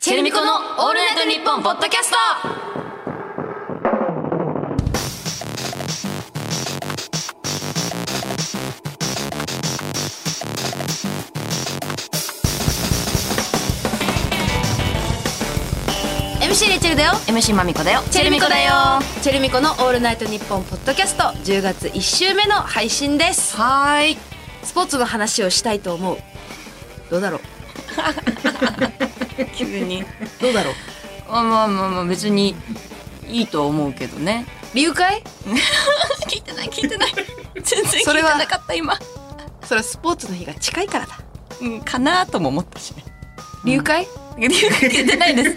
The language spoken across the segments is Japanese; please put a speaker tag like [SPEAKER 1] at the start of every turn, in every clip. [SPEAKER 1] チェルミコのオールナイトニッポンポッドキャストレチェルだよ MC まみこだよチェルミコだよ
[SPEAKER 2] チェルミコのオールナイトニッポンポッドキャスト10月1週目の配信です
[SPEAKER 1] はーい
[SPEAKER 2] スポーツの話をしたいと思うどうだろう
[SPEAKER 1] 急に
[SPEAKER 2] どうだろう
[SPEAKER 1] あまあまあまあ別にいいと思うけどね
[SPEAKER 2] 理由会
[SPEAKER 1] 聞いてない聞いて ない全然聞い
[SPEAKER 2] それは
[SPEAKER 1] かった今
[SPEAKER 2] それはスポーツの日が近いからだ
[SPEAKER 1] うんかなとも思ったしね
[SPEAKER 2] 理由会、
[SPEAKER 1] 理由が聞いてないです。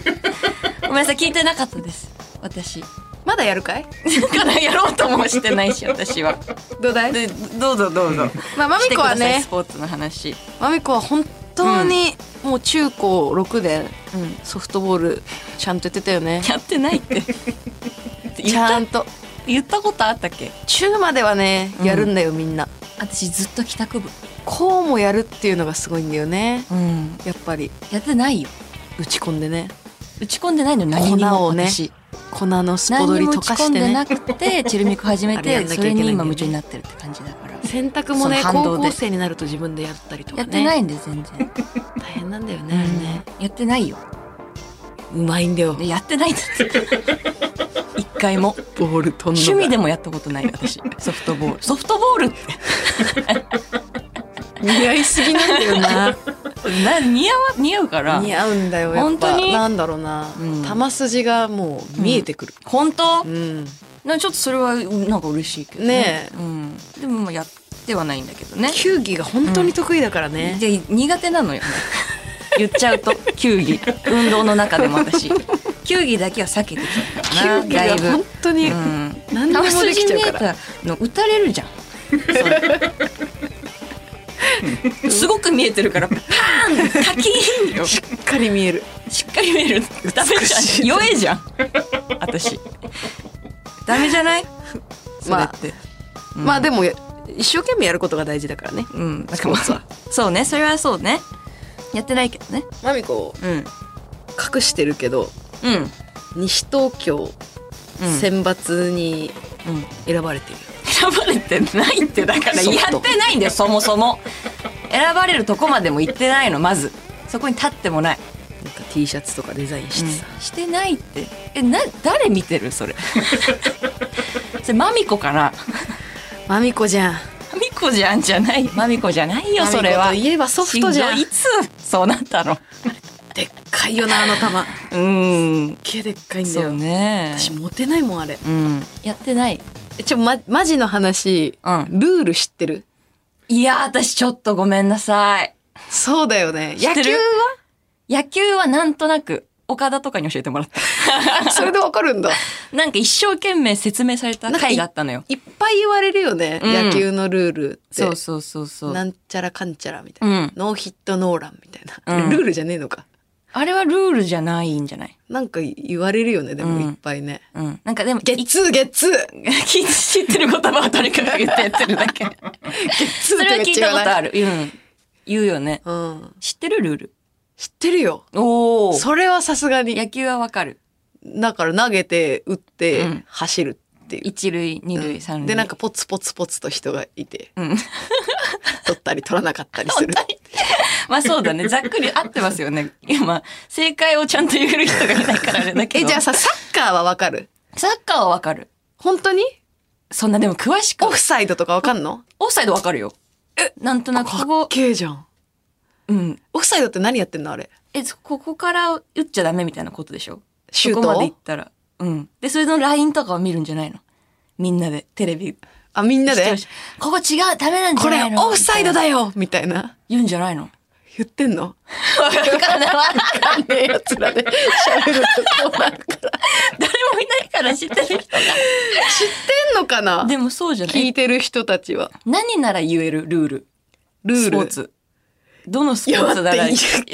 [SPEAKER 1] ごめんなさい、聞いてなかったです。私。
[SPEAKER 2] まだやるかい
[SPEAKER 1] だからやろうともしてないし、私は。
[SPEAKER 2] どうだい
[SPEAKER 1] で、どうぞどうぞ。
[SPEAKER 2] まあ、まみ
[SPEAKER 1] して
[SPEAKER 2] こ
[SPEAKER 1] く
[SPEAKER 2] は
[SPEAKER 1] ださい、
[SPEAKER 2] ね
[SPEAKER 1] スポーツの話。
[SPEAKER 2] まみこは本当にもう中高6年
[SPEAKER 1] うん。
[SPEAKER 2] ソフトボールちゃんとやってたよね
[SPEAKER 1] やってないって。言っ
[SPEAKER 2] ちゃ
[SPEAKER 1] た
[SPEAKER 2] んと
[SPEAKER 1] 言ったことあったっけ
[SPEAKER 2] 中まではね
[SPEAKER 1] うん
[SPEAKER 2] やるんだよみんな、
[SPEAKER 1] 私ずっと帰宅部。
[SPEAKER 2] こうもやるっていうのがすごいんだよね
[SPEAKER 1] うん。
[SPEAKER 2] やっぱり
[SPEAKER 1] やってないよ。
[SPEAKER 2] 打ち込んでね
[SPEAKER 1] 打ち込んでないの何に
[SPEAKER 2] 粉
[SPEAKER 1] も
[SPEAKER 2] をね
[SPEAKER 1] 私。
[SPEAKER 2] 粉のスポド
[SPEAKER 1] 何に
[SPEAKER 2] リ
[SPEAKER 1] も
[SPEAKER 2] 溶
[SPEAKER 1] 打ち
[SPEAKER 2] か
[SPEAKER 1] 込
[SPEAKER 2] し
[SPEAKER 1] ん
[SPEAKER 2] て
[SPEAKER 1] で
[SPEAKER 2] ね
[SPEAKER 1] なくて、チェルミコ始め
[SPEAKER 2] あれや
[SPEAKER 1] て、
[SPEAKER 2] んなきゃ
[SPEAKER 1] そ
[SPEAKER 2] いけな
[SPEAKER 1] れ
[SPEAKER 2] いんだ
[SPEAKER 1] に
[SPEAKER 2] よね
[SPEAKER 1] 今夢中になってるって感じだから。
[SPEAKER 2] 洗濯もね
[SPEAKER 1] その反
[SPEAKER 2] 高
[SPEAKER 1] 動で
[SPEAKER 2] 校生になると自分でやったりとか
[SPEAKER 1] やっ
[SPEAKER 2] ね
[SPEAKER 1] てないんで全然。
[SPEAKER 2] 大変なんだよねあれね
[SPEAKER 1] うんやってないよ。
[SPEAKER 2] うまいんだよ
[SPEAKER 1] でやってないんだって。 一回も。
[SPEAKER 2] ボール飛ん
[SPEAKER 1] 趣味で
[SPEAKER 2] も
[SPEAKER 1] もやったことない私ソフトボールソフトボールって
[SPEAKER 2] 似合いすぎなんだよな
[SPEAKER 1] な似合わ似合うから
[SPEAKER 2] 似合うんだよやっぱ
[SPEAKER 1] 本当に
[SPEAKER 2] なんだろうな、
[SPEAKER 1] うん
[SPEAKER 2] 球筋がもう見えてくる
[SPEAKER 1] 本当
[SPEAKER 2] うん、
[SPEAKER 1] なちょっとそれはなんか嬉しいけど
[SPEAKER 2] ねえ
[SPEAKER 1] うん、でもまあやってはないんだけどね
[SPEAKER 2] 球技が本当に得意だからね、
[SPEAKER 1] で苦手なのよね言っちゃうと球技運動の中でも私球技だけは避けてきたからな
[SPEAKER 2] 球技
[SPEAKER 1] だい
[SPEAKER 2] が
[SPEAKER 1] ぶ
[SPEAKER 2] 本当に
[SPEAKER 1] うん
[SPEAKER 2] 何でもできちゃう
[SPEAKER 1] 球筋見
[SPEAKER 2] から、
[SPEAKER 1] えたの打たれるじゃんそれすごく見えてるからパーンカキーンよ
[SPEAKER 2] しっかり見える
[SPEAKER 1] しっかり見えるダメじ
[SPEAKER 2] 美し
[SPEAKER 1] ゃん
[SPEAKER 2] い
[SPEAKER 1] 弱えじゃん私ダメじゃないそれ
[SPEAKER 2] まあ
[SPEAKER 1] って、
[SPEAKER 2] まあで
[SPEAKER 1] も
[SPEAKER 2] もや一生懸命やることが大事だからね
[SPEAKER 1] うん
[SPEAKER 2] スポーツは
[SPEAKER 1] そうねそれはそうねやってないけどね
[SPEAKER 2] まみこ
[SPEAKER 1] うん
[SPEAKER 2] 隠してるけど
[SPEAKER 1] うんうん
[SPEAKER 2] 西東京
[SPEAKER 1] 選
[SPEAKER 2] 選抜に
[SPEAKER 1] うん
[SPEAKER 2] 選ばれてるよ、
[SPEAKER 1] 選ばれてないってだから
[SPEAKER 2] そう
[SPEAKER 1] やってないんだよそもそも選ばれるとこまでも行ってないのまずそこに立ってもない
[SPEAKER 2] なんか T シャツとかデザインしてさ、
[SPEAKER 1] してないってえな誰見てるそれ それマミコかな
[SPEAKER 2] まみこじゃん
[SPEAKER 1] マミコじゃんじゃないマミコじゃないよそれ
[SPEAKER 2] ま
[SPEAKER 1] は
[SPEAKER 2] みこといえばソフトじゃん
[SPEAKER 1] しどいいつそうなったの
[SPEAKER 2] でっかいよなあの玉
[SPEAKER 1] うん
[SPEAKER 2] けでっかいんだ
[SPEAKER 1] そ
[SPEAKER 2] よ、
[SPEAKER 1] うね
[SPEAKER 2] 私モテないもんあれ
[SPEAKER 1] うんやってない
[SPEAKER 2] えちょまマジの話、
[SPEAKER 1] うん
[SPEAKER 2] ルール知ってる
[SPEAKER 1] いや私ちょっとごめんなさい
[SPEAKER 2] そうだよね
[SPEAKER 1] 知っ
[SPEAKER 2] 野
[SPEAKER 1] てる
[SPEAKER 2] 球は
[SPEAKER 1] 野球はなんとなく岡田とかに教えてもらった
[SPEAKER 2] それでわかるんだ
[SPEAKER 1] なんか一生懸命説明された回があったのよ
[SPEAKER 2] いっぱい言われるよね、
[SPEAKER 1] うん
[SPEAKER 2] 野球のルールって
[SPEAKER 1] そうそうそうそう
[SPEAKER 2] なんちゃらかんちゃらみた
[SPEAKER 1] う
[SPEAKER 2] いな、
[SPEAKER 1] ん
[SPEAKER 2] ノーヒットノーランみたいな、
[SPEAKER 1] うん
[SPEAKER 2] ルールじゃねえのか
[SPEAKER 1] あれはルールじゃないんじゃない
[SPEAKER 2] なんか言われるよねで
[SPEAKER 1] う
[SPEAKER 2] も
[SPEAKER 1] ん
[SPEAKER 2] いっぱいね、
[SPEAKER 1] うんなんかでも
[SPEAKER 2] ゲッツーゲッツー
[SPEAKER 1] 聞いて知ってる言葉はとにかく言ってやってるだけ。
[SPEAKER 2] ゲッツ ー
[SPEAKER 1] それは聞いたことあ
[SPEAKER 2] る、
[SPEAKER 1] る。うん。言うよね。
[SPEAKER 2] うん、
[SPEAKER 1] 知ってるルール。
[SPEAKER 2] 知ってるよ
[SPEAKER 1] お
[SPEAKER 2] それはさすがに
[SPEAKER 1] 野球はわかる。
[SPEAKER 2] だから投げて打って、
[SPEAKER 1] うん
[SPEAKER 2] 走るっていう。
[SPEAKER 1] 一塁、二
[SPEAKER 2] うん
[SPEAKER 1] 塁、三塁。
[SPEAKER 2] でなんか、ポツポツポツと人がいて
[SPEAKER 1] うん。
[SPEAKER 2] 取ったり取らなかったりする
[SPEAKER 1] まあそうだね。ざっくり合ってますよ ね。今、正解をちゃんと言える人がいないからあれだけ
[SPEAKER 2] え
[SPEAKER 1] ど。
[SPEAKER 2] じゃあさサッカーはわかる
[SPEAKER 1] サッカーはわかる。
[SPEAKER 2] 本当に
[SPEAKER 1] そんなでも詳しく
[SPEAKER 2] オ、フサイドとかわかんの
[SPEAKER 1] オフサイドわかるよ。えなんとなく、
[SPEAKER 2] か
[SPEAKER 1] ここ
[SPEAKER 2] っ、けえじゃん
[SPEAKER 1] うん。
[SPEAKER 2] オフサイドって何やってんのあれ
[SPEAKER 1] え、ここから打っちゃダメみたいなことでしょ
[SPEAKER 2] シュート
[SPEAKER 1] そこまで行ったら。うん。で、それの LINE とかを見るんじゃないのみんなで、テレビ
[SPEAKER 2] あみんなで
[SPEAKER 1] ここ違う、ダメなんじ
[SPEAKER 2] こ
[SPEAKER 1] ゃ
[SPEAKER 2] れ
[SPEAKER 1] ないの
[SPEAKER 2] オフサイ
[SPEAKER 1] み
[SPEAKER 2] ド
[SPEAKER 1] たいな
[SPEAKER 2] だよみたいな
[SPEAKER 1] 言うんじゃないの
[SPEAKER 2] 言ってんの
[SPEAKER 1] わかんない。
[SPEAKER 2] あんねえやつらで喋るとこうなるから
[SPEAKER 1] 誰もいないから知ってる人
[SPEAKER 2] 知ってんのかな
[SPEAKER 1] が。でもそうじゃな
[SPEAKER 2] 聞
[SPEAKER 1] い
[SPEAKER 2] いてる人たちは
[SPEAKER 1] 何なら言えるルール。
[SPEAKER 2] ルール
[SPEAKER 1] スポーツ。どのスポーツだ
[SPEAKER 2] いや
[SPEAKER 1] ら。
[SPEAKER 2] 待って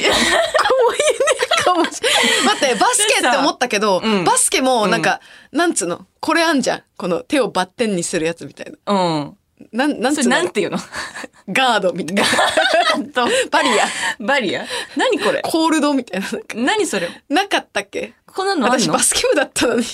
[SPEAKER 2] かもしれない。 待って、バスケって思ったけど、
[SPEAKER 1] うん
[SPEAKER 2] バスケもなんか、なんつうの、これあんじゃん。この手をバッテンにするやつみたいな。
[SPEAKER 1] うん。
[SPEAKER 2] なんなん
[SPEAKER 1] そ
[SPEAKER 2] つ
[SPEAKER 1] れ
[SPEAKER 2] う
[SPEAKER 1] な
[SPEAKER 2] の
[SPEAKER 1] んていうの
[SPEAKER 2] ガードみたいな
[SPEAKER 1] と
[SPEAKER 2] バリア
[SPEAKER 1] バリア何これ
[SPEAKER 2] コールドみたいな
[SPEAKER 1] 何それ
[SPEAKER 2] なかったっけ
[SPEAKER 1] こんなのある
[SPEAKER 2] 私
[SPEAKER 1] の
[SPEAKER 2] バスケ部だったのに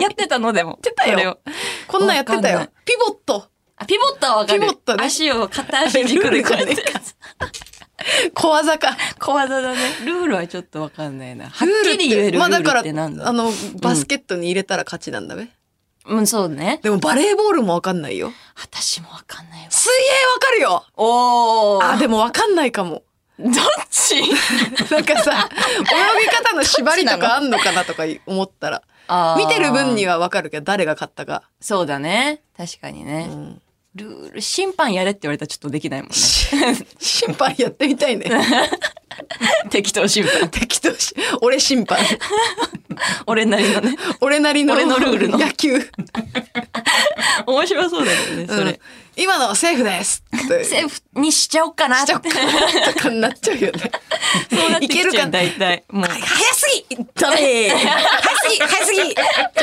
[SPEAKER 1] やってたのでもやって
[SPEAKER 2] たよ こんなんやってた
[SPEAKER 1] わかんない
[SPEAKER 2] よピボット
[SPEAKER 1] あピボットはわかる
[SPEAKER 2] ピボットね
[SPEAKER 1] 足を片足軸でこうやって
[SPEAKER 2] ルール小技か
[SPEAKER 1] 小技だねルールはちょっとわかんないなはっ
[SPEAKER 2] ルールっ
[SPEAKER 1] きり言え
[SPEAKER 2] て
[SPEAKER 1] るル
[SPEAKER 2] まあ
[SPEAKER 1] ー
[SPEAKER 2] だ
[SPEAKER 1] ル
[SPEAKER 2] か
[SPEAKER 1] って
[SPEAKER 2] ら
[SPEAKER 1] な
[SPEAKER 2] あ
[SPEAKER 1] んだ、
[SPEAKER 2] のバスケットに入れたら勝ちなんだべ、
[SPEAKER 1] うんそうね
[SPEAKER 2] でもバレーボールもわかんないよ
[SPEAKER 1] 私もわかんないわ
[SPEAKER 2] 水泳わかるよ
[SPEAKER 1] おお
[SPEAKER 2] あでもわかんないかも
[SPEAKER 1] どっち
[SPEAKER 2] なんかさ泳ぎ方の縛りとかあんのかなとか思ったら
[SPEAKER 1] あー
[SPEAKER 2] 見てる分にはわかるけど誰が勝ったか、
[SPEAKER 1] そうだね確かにね、
[SPEAKER 2] うん
[SPEAKER 1] ルール審判やれって言われたらちょっとできないもんね
[SPEAKER 2] 審判やってみたい ね
[SPEAKER 1] 適当審判
[SPEAKER 2] 適当し俺審判
[SPEAKER 1] 俺なりのね
[SPEAKER 2] 俺なりの
[SPEAKER 1] 俺のルールの
[SPEAKER 2] 野球、
[SPEAKER 1] 面白そうだよねそれ、
[SPEAKER 2] うん今のはセーフですって
[SPEAKER 1] セーフにしちゃおうかな
[SPEAKER 2] しちゃおっかなとかになっちゃうよね
[SPEAKER 1] そうなってき
[SPEAKER 2] いける
[SPEAKER 1] ちゃう
[SPEAKER 2] かな
[SPEAKER 1] 大体もう
[SPEAKER 2] 早すぎダメ早すぎ早すぎ じ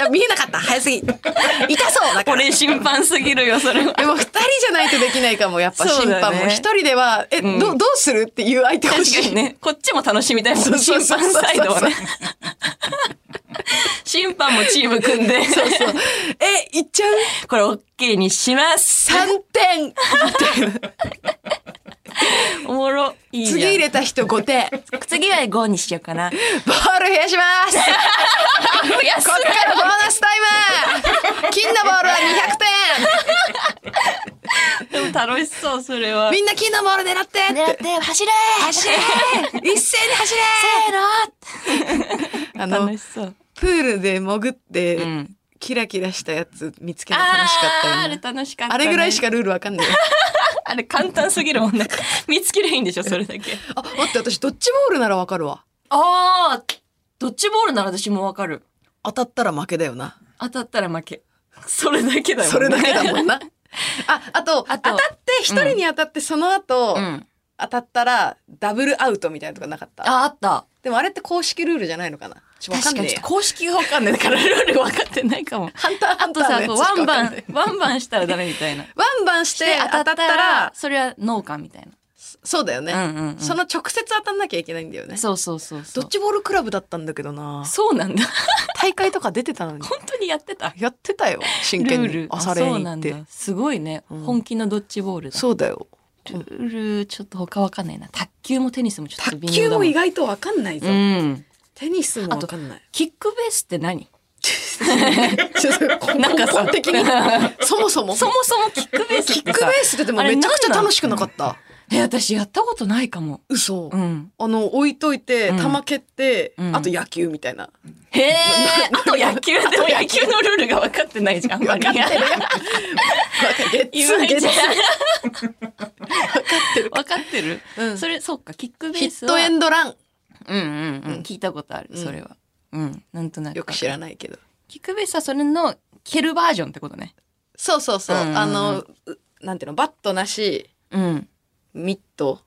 [SPEAKER 2] ゃあ見えなかった早すぎ 痛そうだから
[SPEAKER 1] 俺審判すぎるよそれは
[SPEAKER 2] でも二人じゃないとできないかもやっぱ
[SPEAKER 1] そう
[SPEAKER 2] 審
[SPEAKER 1] だね
[SPEAKER 2] 判も一人では、え、
[SPEAKER 1] うん
[SPEAKER 2] どどうするっていう相手
[SPEAKER 1] 確
[SPEAKER 2] 欲
[SPEAKER 1] か
[SPEAKER 2] しい
[SPEAKER 1] にねこっちも楽しみたいもんね
[SPEAKER 2] そ
[SPEAKER 1] 審
[SPEAKER 2] うそうそ
[SPEAKER 1] 判
[SPEAKER 2] うそう
[SPEAKER 1] サイドは ね審判もチーム組んで
[SPEAKER 2] そうそう えいっちゃう
[SPEAKER 1] これ OK にします
[SPEAKER 2] 三 点
[SPEAKER 1] おもろいいじゃん
[SPEAKER 2] 次入れた人五点ボ
[SPEAKER 1] 次は5にしようかな
[SPEAKER 2] ール増やしますこ
[SPEAKER 1] 安
[SPEAKER 2] っからボーナスタイム金のボールは200点
[SPEAKER 1] でも楽しそうそれは
[SPEAKER 2] みんな金のボール狙ってって
[SPEAKER 1] て走れ走れ
[SPEAKER 2] 一斉に走れあの
[SPEAKER 1] 楽しそう
[SPEAKER 2] プールで潜って、
[SPEAKER 1] ん
[SPEAKER 2] キラキラしたやつ見つけるの楽しかったよ
[SPEAKER 1] あ
[SPEAKER 2] ね
[SPEAKER 1] ーあれ楽しかった
[SPEAKER 2] あ
[SPEAKER 1] ね
[SPEAKER 2] れぐらいしかルールわかんない
[SPEAKER 1] あれ簡単すぎるもんね 見つけりゃいいんでしょそれだけ
[SPEAKER 2] あ待って私ドッジボールならわかるわ
[SPEAKER 1] ああドッジボールなら私もわかる
[SPEAKER 2] 当たったら負けだよな
[SPEAKER 1] 当たったら負けそれだけだよ、ね、
[SPEAKER 2] それだけだもんな ああと
[SPEAKER 1] あと
[SPEAKER 2] 当たって一人に当たってその後、
[SPEAKER 1] うん
[SPEAKER 2] 当たったらダブルアウトみたいなとかなかった
[SPEAKER 1] ああった
[SPEAKER 2] でもあれって公式ルールじゃないのかなちょっとわか
[SPEAKER 1] 確
[SPEAKER 2] ん
[SPEAKER 1] か
[SPEAKER 2] ね
[SPEAKER 1] に
[SPEAKER 2] え
[SPEAKER 1] ちょっ
[SPEAKER 2] や
[SPEAKER 1] と公式がわかんないだからルール分かってないかも
[SPEAKER 2] ハ ンターハン
[SPEAKER 1] あ
[SPEAKER 2] タ
[SPEAKER 1] と
[SPEAKER 2] ーの
[SPEAKER 1] さ
[SPEAKER 2] やつ
[SPEAKER 1] こう
[SPEAKER 2] しか
[SPEAKER 1] ワン
[SPEAKER 2] わ
[SPEAKER 1] バ
[SPEAKER 2] かんない
[SPEAKER 1] ンワンバンしたらダメみたいな
[SPEAKER 2] ワンバン して当たったら
[SPEAKER 1] それはノーかみたいな
[SPEAKER 2] そうだよね、
[SPEAKER 1] うんうんうん
[SPEAKER 2] その直接当たんなきゃいけないんだよね
[SPEAKER 1] そうそうそうそ
[SPEAKER 2] ド
[SPEAKER 1] う
[SPEAKER 2] ッジボールクラブだったんだけどな
[SPEAKER 1] そうなんだ
[SPEAKER 2] 大会とか出てたのに
[SPEAKER 1] 本当にやってた
[SPEAKER 2] やってたよ真
[SPEAKER 1] ルー
[SPEAKER 2] 剣に
[SPEAKER 1] ル
[SPEAKER 2] 朝練
[SPEAKER 1] そう
[SPEAKER 2] 行
[SPEAKER 1] な
[SPEAKER 2] っ
[SPEAKER 1] ん
[SPEAKER 2] て
[SPEAKER 1] だすごいね、
[SPEAKER 2] うん
[SPEAKER 1] 本気のドッジボールだ
[SPEAKER 2] そうだよ
[SPEAKER 1] ルールちょっと他わかんないな卓球もテニスもちょっと
[SPEAKER 2] 卓
[SPEAKER 1] 微
[SPEAKER 2] 球
[SPEAKER 1] 妙だ
[SPEAKER 2] も
[SPEAKER 1] もん
[SPEAKER 2] 意外とわかんないぞ、
[SPEAKER 1] うん
[SPEAKER 2] テニスもわかんない
[SPEAKER 1] キックベースって何
[SPEAKER 2] ちょっ と
[SPEAKER 1] なんかさ
[SPEAKER 2] 根本的にそもそも
[SPEAKER 1] そもそも キックベース
[SPEAKER 2] キ
[SPEAKER 1] っ
[SPEAKER 2] ックベ
[SPEAKER 1] て
[SPEAKER 2] ー
[SPEAKER 1] さ
[SPEAKER 2] スってでもめちゃくちゃ楽しくなかった
[SPEAKER 1] え私やったことないかも
[SPEAKER 2] 嘘、
[SPEAKER 1] うん
[SPEAKER 2] あの置いといて
[SPEAKER 1] うん
[SPEAKER 2] 球蹴って、
[SPEAKER 1] うん
[SPEAKER 2] あと野球みたいな、
[SPEAKER 1] へえあと野球でも野球のルールが分かってないじゃんあんま
[SPEAKER 2] 分
[SPEAKER 1] り
[SPEAKER 2] かって るよゲッ
[SPEAKER 1] 言
[SPEAKER 2] ツ
[SPEAKER 1] わ
[SPEAKER 2] ー
[SPEAKER 1] れ
[SPEAKER 2] ゲッ
[SPEAKER 1] ち
[SPEAKER 2] ツー
[SPEAKER 1] ゃ う分かってる
[SPEAKER 2] うん
[SPEAKER 1] それそうかキックベ
[SPEAKER 2] ヒ
[SPEAKER 1] ース
[SPEAKER 2] ッ
[SPEAKER 1] は
[SPEAKER 2] トエンドラン
[SPEAKER 1] うんうんうん聞いたことあるそれはうんなんとなく
[SPEAKER 2] よく知らないけど
[SPEAKER 1] キックベースはそれの蹴るバージョンってことね
[SPEAKER 2] そうそうそう、
[SPEAKER 1] うんうんうん
[SPEAKER 2] あのうなんていうのバットなし
[SPEAKER 1] うん
[SPEAKER 2] ミット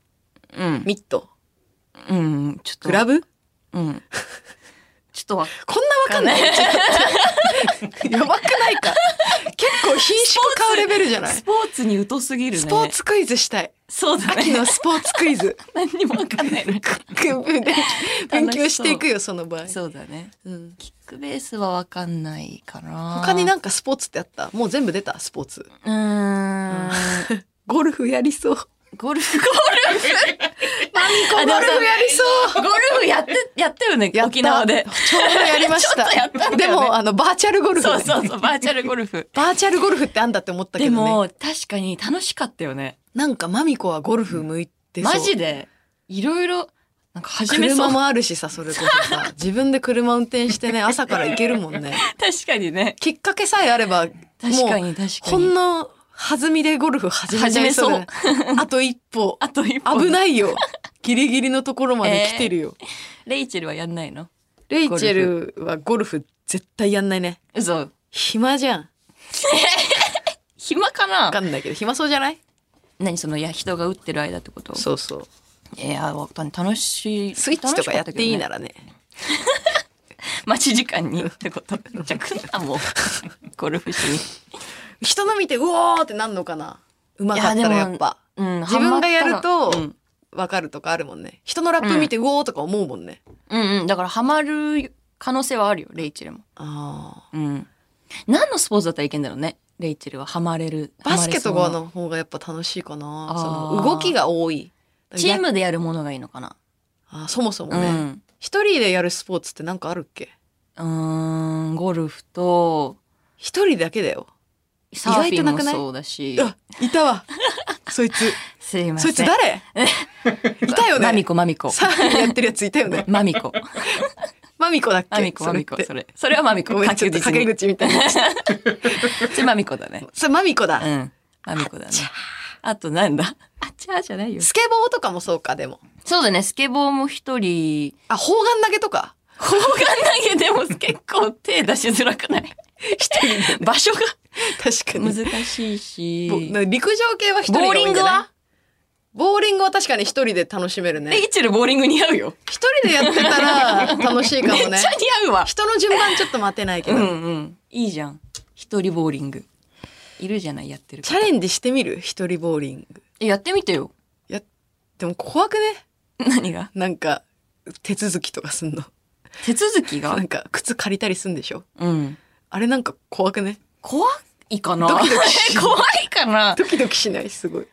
[SPEAKER 1] うん
[SPEAKER 2] ミット
[SPEAKER 1] うんちょっと
[SPEAKER 2] グラブ
[SPEAKER 1] うんちょっとわ
[SPEAKER 2] こんなわかんないやばくないか結構品種買うレベルじゃない
[SPEAKER 1] スポーツに疎すぎるね
[SPEAKER 2] スポーツクイズしたい
[SPEAKER 1] そうだ
[SPEAKER 2] 秋
[SPEAKER 1] ね
[SPEAKER 2] のスポーツクイズ
[SPEAKER 1] 何にも分かんないね
[SPEAKER 2] 勉強していくよその場合、
[SPEAKER 1] そうだね
[SPEAKER 2] うん、
[SPEAKER 1] キックベースは分かんないかな
[SPEAKER 2] 他に
[SPEAKER 1] な
[SPEAKER 2] なんかスポーツってあったもう全部出たスポーツ
[SPEAKER 1] うーん
[SPEAKER 2] ゴルフやりそう
[SPEAKER 1] ゴルフゴルフ
[SPEAKER 2] ゴルフやりそ
[SPEAKER 1] ゴ
[SPEAKER 2] う
[SPEAKER 1] ルフやってやってるね
[SPEAKER 2] やった
[SPEAKER 1] 沖縄で
[SPEAKER 2] ちょうどやりまし
[SPEAKER 1] ちょっとやったんだよ
[SPEAKER 2] た
[SPEAKER 1] ね
[SPEAKER 2] でもあのバーチャルゴルフね、
[SPEAKER 1] そうそうそうバーチャルゴルフ
[SPEAKER 2] バーチャルゴルフってあんだって思ったけ
[SPEAKER 1] で
[SPEAKER 2] どね
[SPEAKER 1] も確かに楽しかったよね
[SPEAKER 2] なんかマミコはゴルフ向いてそう
[SPEAKER 1] マジでいろいろなんか始めそう
[SPEAKER 2] 車もあるしさそれこそ さ自分で車運転してね朝から行けるもんね
[SPEAKER 1] 確かにね
[SPEAKER 2] きっかけさえあれば
[SPEAKER 1] 確か
[SPEAKER 2] もう
[SPEAKER 1] に確か
[SPEAKER 2] ほん
[SPEAKER 1] に
[SPEAKER 2] の弾みでゴルフ始めちゃいそうだねあと一歩
[SPEAKER 1] あと一歩
[SPEAKER 2] 危
[SPEAKER 1] い
[SPEAKER 2] ないよギリギリのところまで来てるよ、
[SPEAKER 1] レイチェルはやんないの
[SPEAKER 2] レイチェルはゴルフ絶対やんないね
[SPEAKER 1] 嘘
[SPEAKER 2] 暇じゃんわ
[SPEAKER 1] 暇かな
[SPEAKER 2] かんないけど暇そうじゃない
[SPEAKER 1] 何そのいや人が打ってる間ってこと
[SPEAKER 2] そうそう
[SPEAKER 1] いやわかんない楽しい
[SPEAKER 2] スイッチとかやっていいな
[SPEAKER 1] ら
[SPEAKER 2] らね
[SPEAKER 1] 待ち時間にってことじゃあ来んなもうゴルフしに
[SPEAKER 2] 人の見てうおーってなんのかなうま
[SPEAKER 1] い
[SPEAKER 2] か
[SPEAKER 1] や
[SPEAKER 2] っ
[SPEAKER 1] で
[SPEAKER 2] た
[SPEAKER 1] も
[SPEAKER 2] らやっぱ
[SPEAKER 1] うん
[SPEAKER 2] 自分がやると
[SPEAKER 1] うん
[SPEAKER 2] わかるとかあるもんね人のラップ見てうおーとか思うもんね、
[SPEAKER 1] うんうんだからハマる可能性はあるよレイチェルも
[SPEAKER 2] あ
[SPEAKER 1] うん何のスポーツだったらいけんだろうねレイチェルはハマれる
[SPEAKER 2] ーバスケと
[SPEAKER 1] ハマ
[SPEAKER 2] か
[SPEAKER 1] れそうな
[SPEAKER 2] の方がやっぱ楽しいかな
[SPEAKER 1] あー
[SPEAKER 2] その動きが多い
[SPEAKER 1] チー
[SPEAKER 2] や
[SPEAKER 1] ムでやるものがいいのかな
[SPEAKER 2] あーそもそも
[SPEAKER 1] う
[SPEAKER 2] ね
[SPEAKER 1] ん
[SPEAKER 2] 一、人でやるスポーツってなんかあるっけ
[SPEAKER 1] うーんゴルフと
[SPEAKER 2] 一人だけだよ
[SPEAKER 1] サーフィン
[SPEAKER 2] 意外とな
[SPEAKER 1] も
[SPEAKER 2] くない
[SPEAKER 1] そうだし
[SPEAKER 2] あいた わそいつ
[SPEAKER 1] すいませ
[SPEAKER 2] そ
[SPEAKER 1] ん
[SPEAKER 2] いつ誰いたよね
[SPEAKER 1] マミコマミコ
[SPEAKER 2] サーフィンやってるやついた よね
[SPEAKER 1] マミコ
[SPEAKER 2] マミコだっけ
[SPEAKER 1] マミコマミコ
[SPEAKER 2] って
[SPEAKER 1] それそれはマミコ
[SPEAKER 2] ごめんちょっと
[SPEAKER 1] 確
[SPEAKER 2] 陰
[SPEAKER 1] 実に
[SPEAKER 2] 口みたいな
[SPEAKER 1] それマミコだね
[SPEAKER 2] それマミコだ、
[SPEAKER 1] うんマミコだねあとなんだあちゃーじゃないよ
[SPEAKER 2] スケボーとかもそうかでも
[SPEAKER 1] そうだねスケボーも一人
[SPEAKER 2] あ砲丸投げとか
[SPEAKER 1] 砲丸投げでも結構手出しづらくない 一人場所が
[SPEAKER 2] 確かに
[SPEAKER 1] 難しい
[SPEAKER 2] ぼ
[SPEAKER 1] し
[SPEAKER 2] な陸上系は一人が
[SPEAKER 1] ボー
[SPEAKER 2] 多
[SPEAKER 1] リ
[SPEAKER 2] い
[SPEAKER 1] ン
[SPEAKER 2] ん
[SPEAKER 1] グ
[SPEAKER 2] じゃない
[SPEAKER 1] は
[SPEAKER 2] ボーリングは確かに一人で楽しめる
[SPEAKER 1] レ
[SPEAKER 2] ね
[SPEAKER 1] イチェルボーリング似合うよ
[SPEAKER 2] 一人でやって たら楽しいか
[SPEAKER 1] めっち
[SPEAKER 2] も
[SPEAKER 1] ゃ
[SPEAKER 2] ね
[SPEAKER 1] 似合うわ
[SPEAKER 2] 人の順番ちょっと待てないけ
[SPEAKER 1] う
[SPEAKER 2] ど、
[SPEAKER 1] んうんいいじゃん一人ボーリングいるじゃないやってる
[SPEAKER 2] チャレンジしてみる一人ボーリング
[SPEAKER 1] えやってみてよ
[SPEAKER 2] やでも怖くね
[SPEAKER 1] 何が
[SPEAKER 2] なんか手続きとかすんの
[SPEAKER 1] 手続きが
[SPEAKER 2] なんか靴借りたりすんでしょ
[SPEAKER 1] うん
[SPEAKER 2] あれなんか怖くね
[SPEAKER 1] 怖いかな
[SPEAKER 2] ドキドキ し
[SPEAKER 1] 怖いかな
[SPEAKER 2] ドキドキしないすごい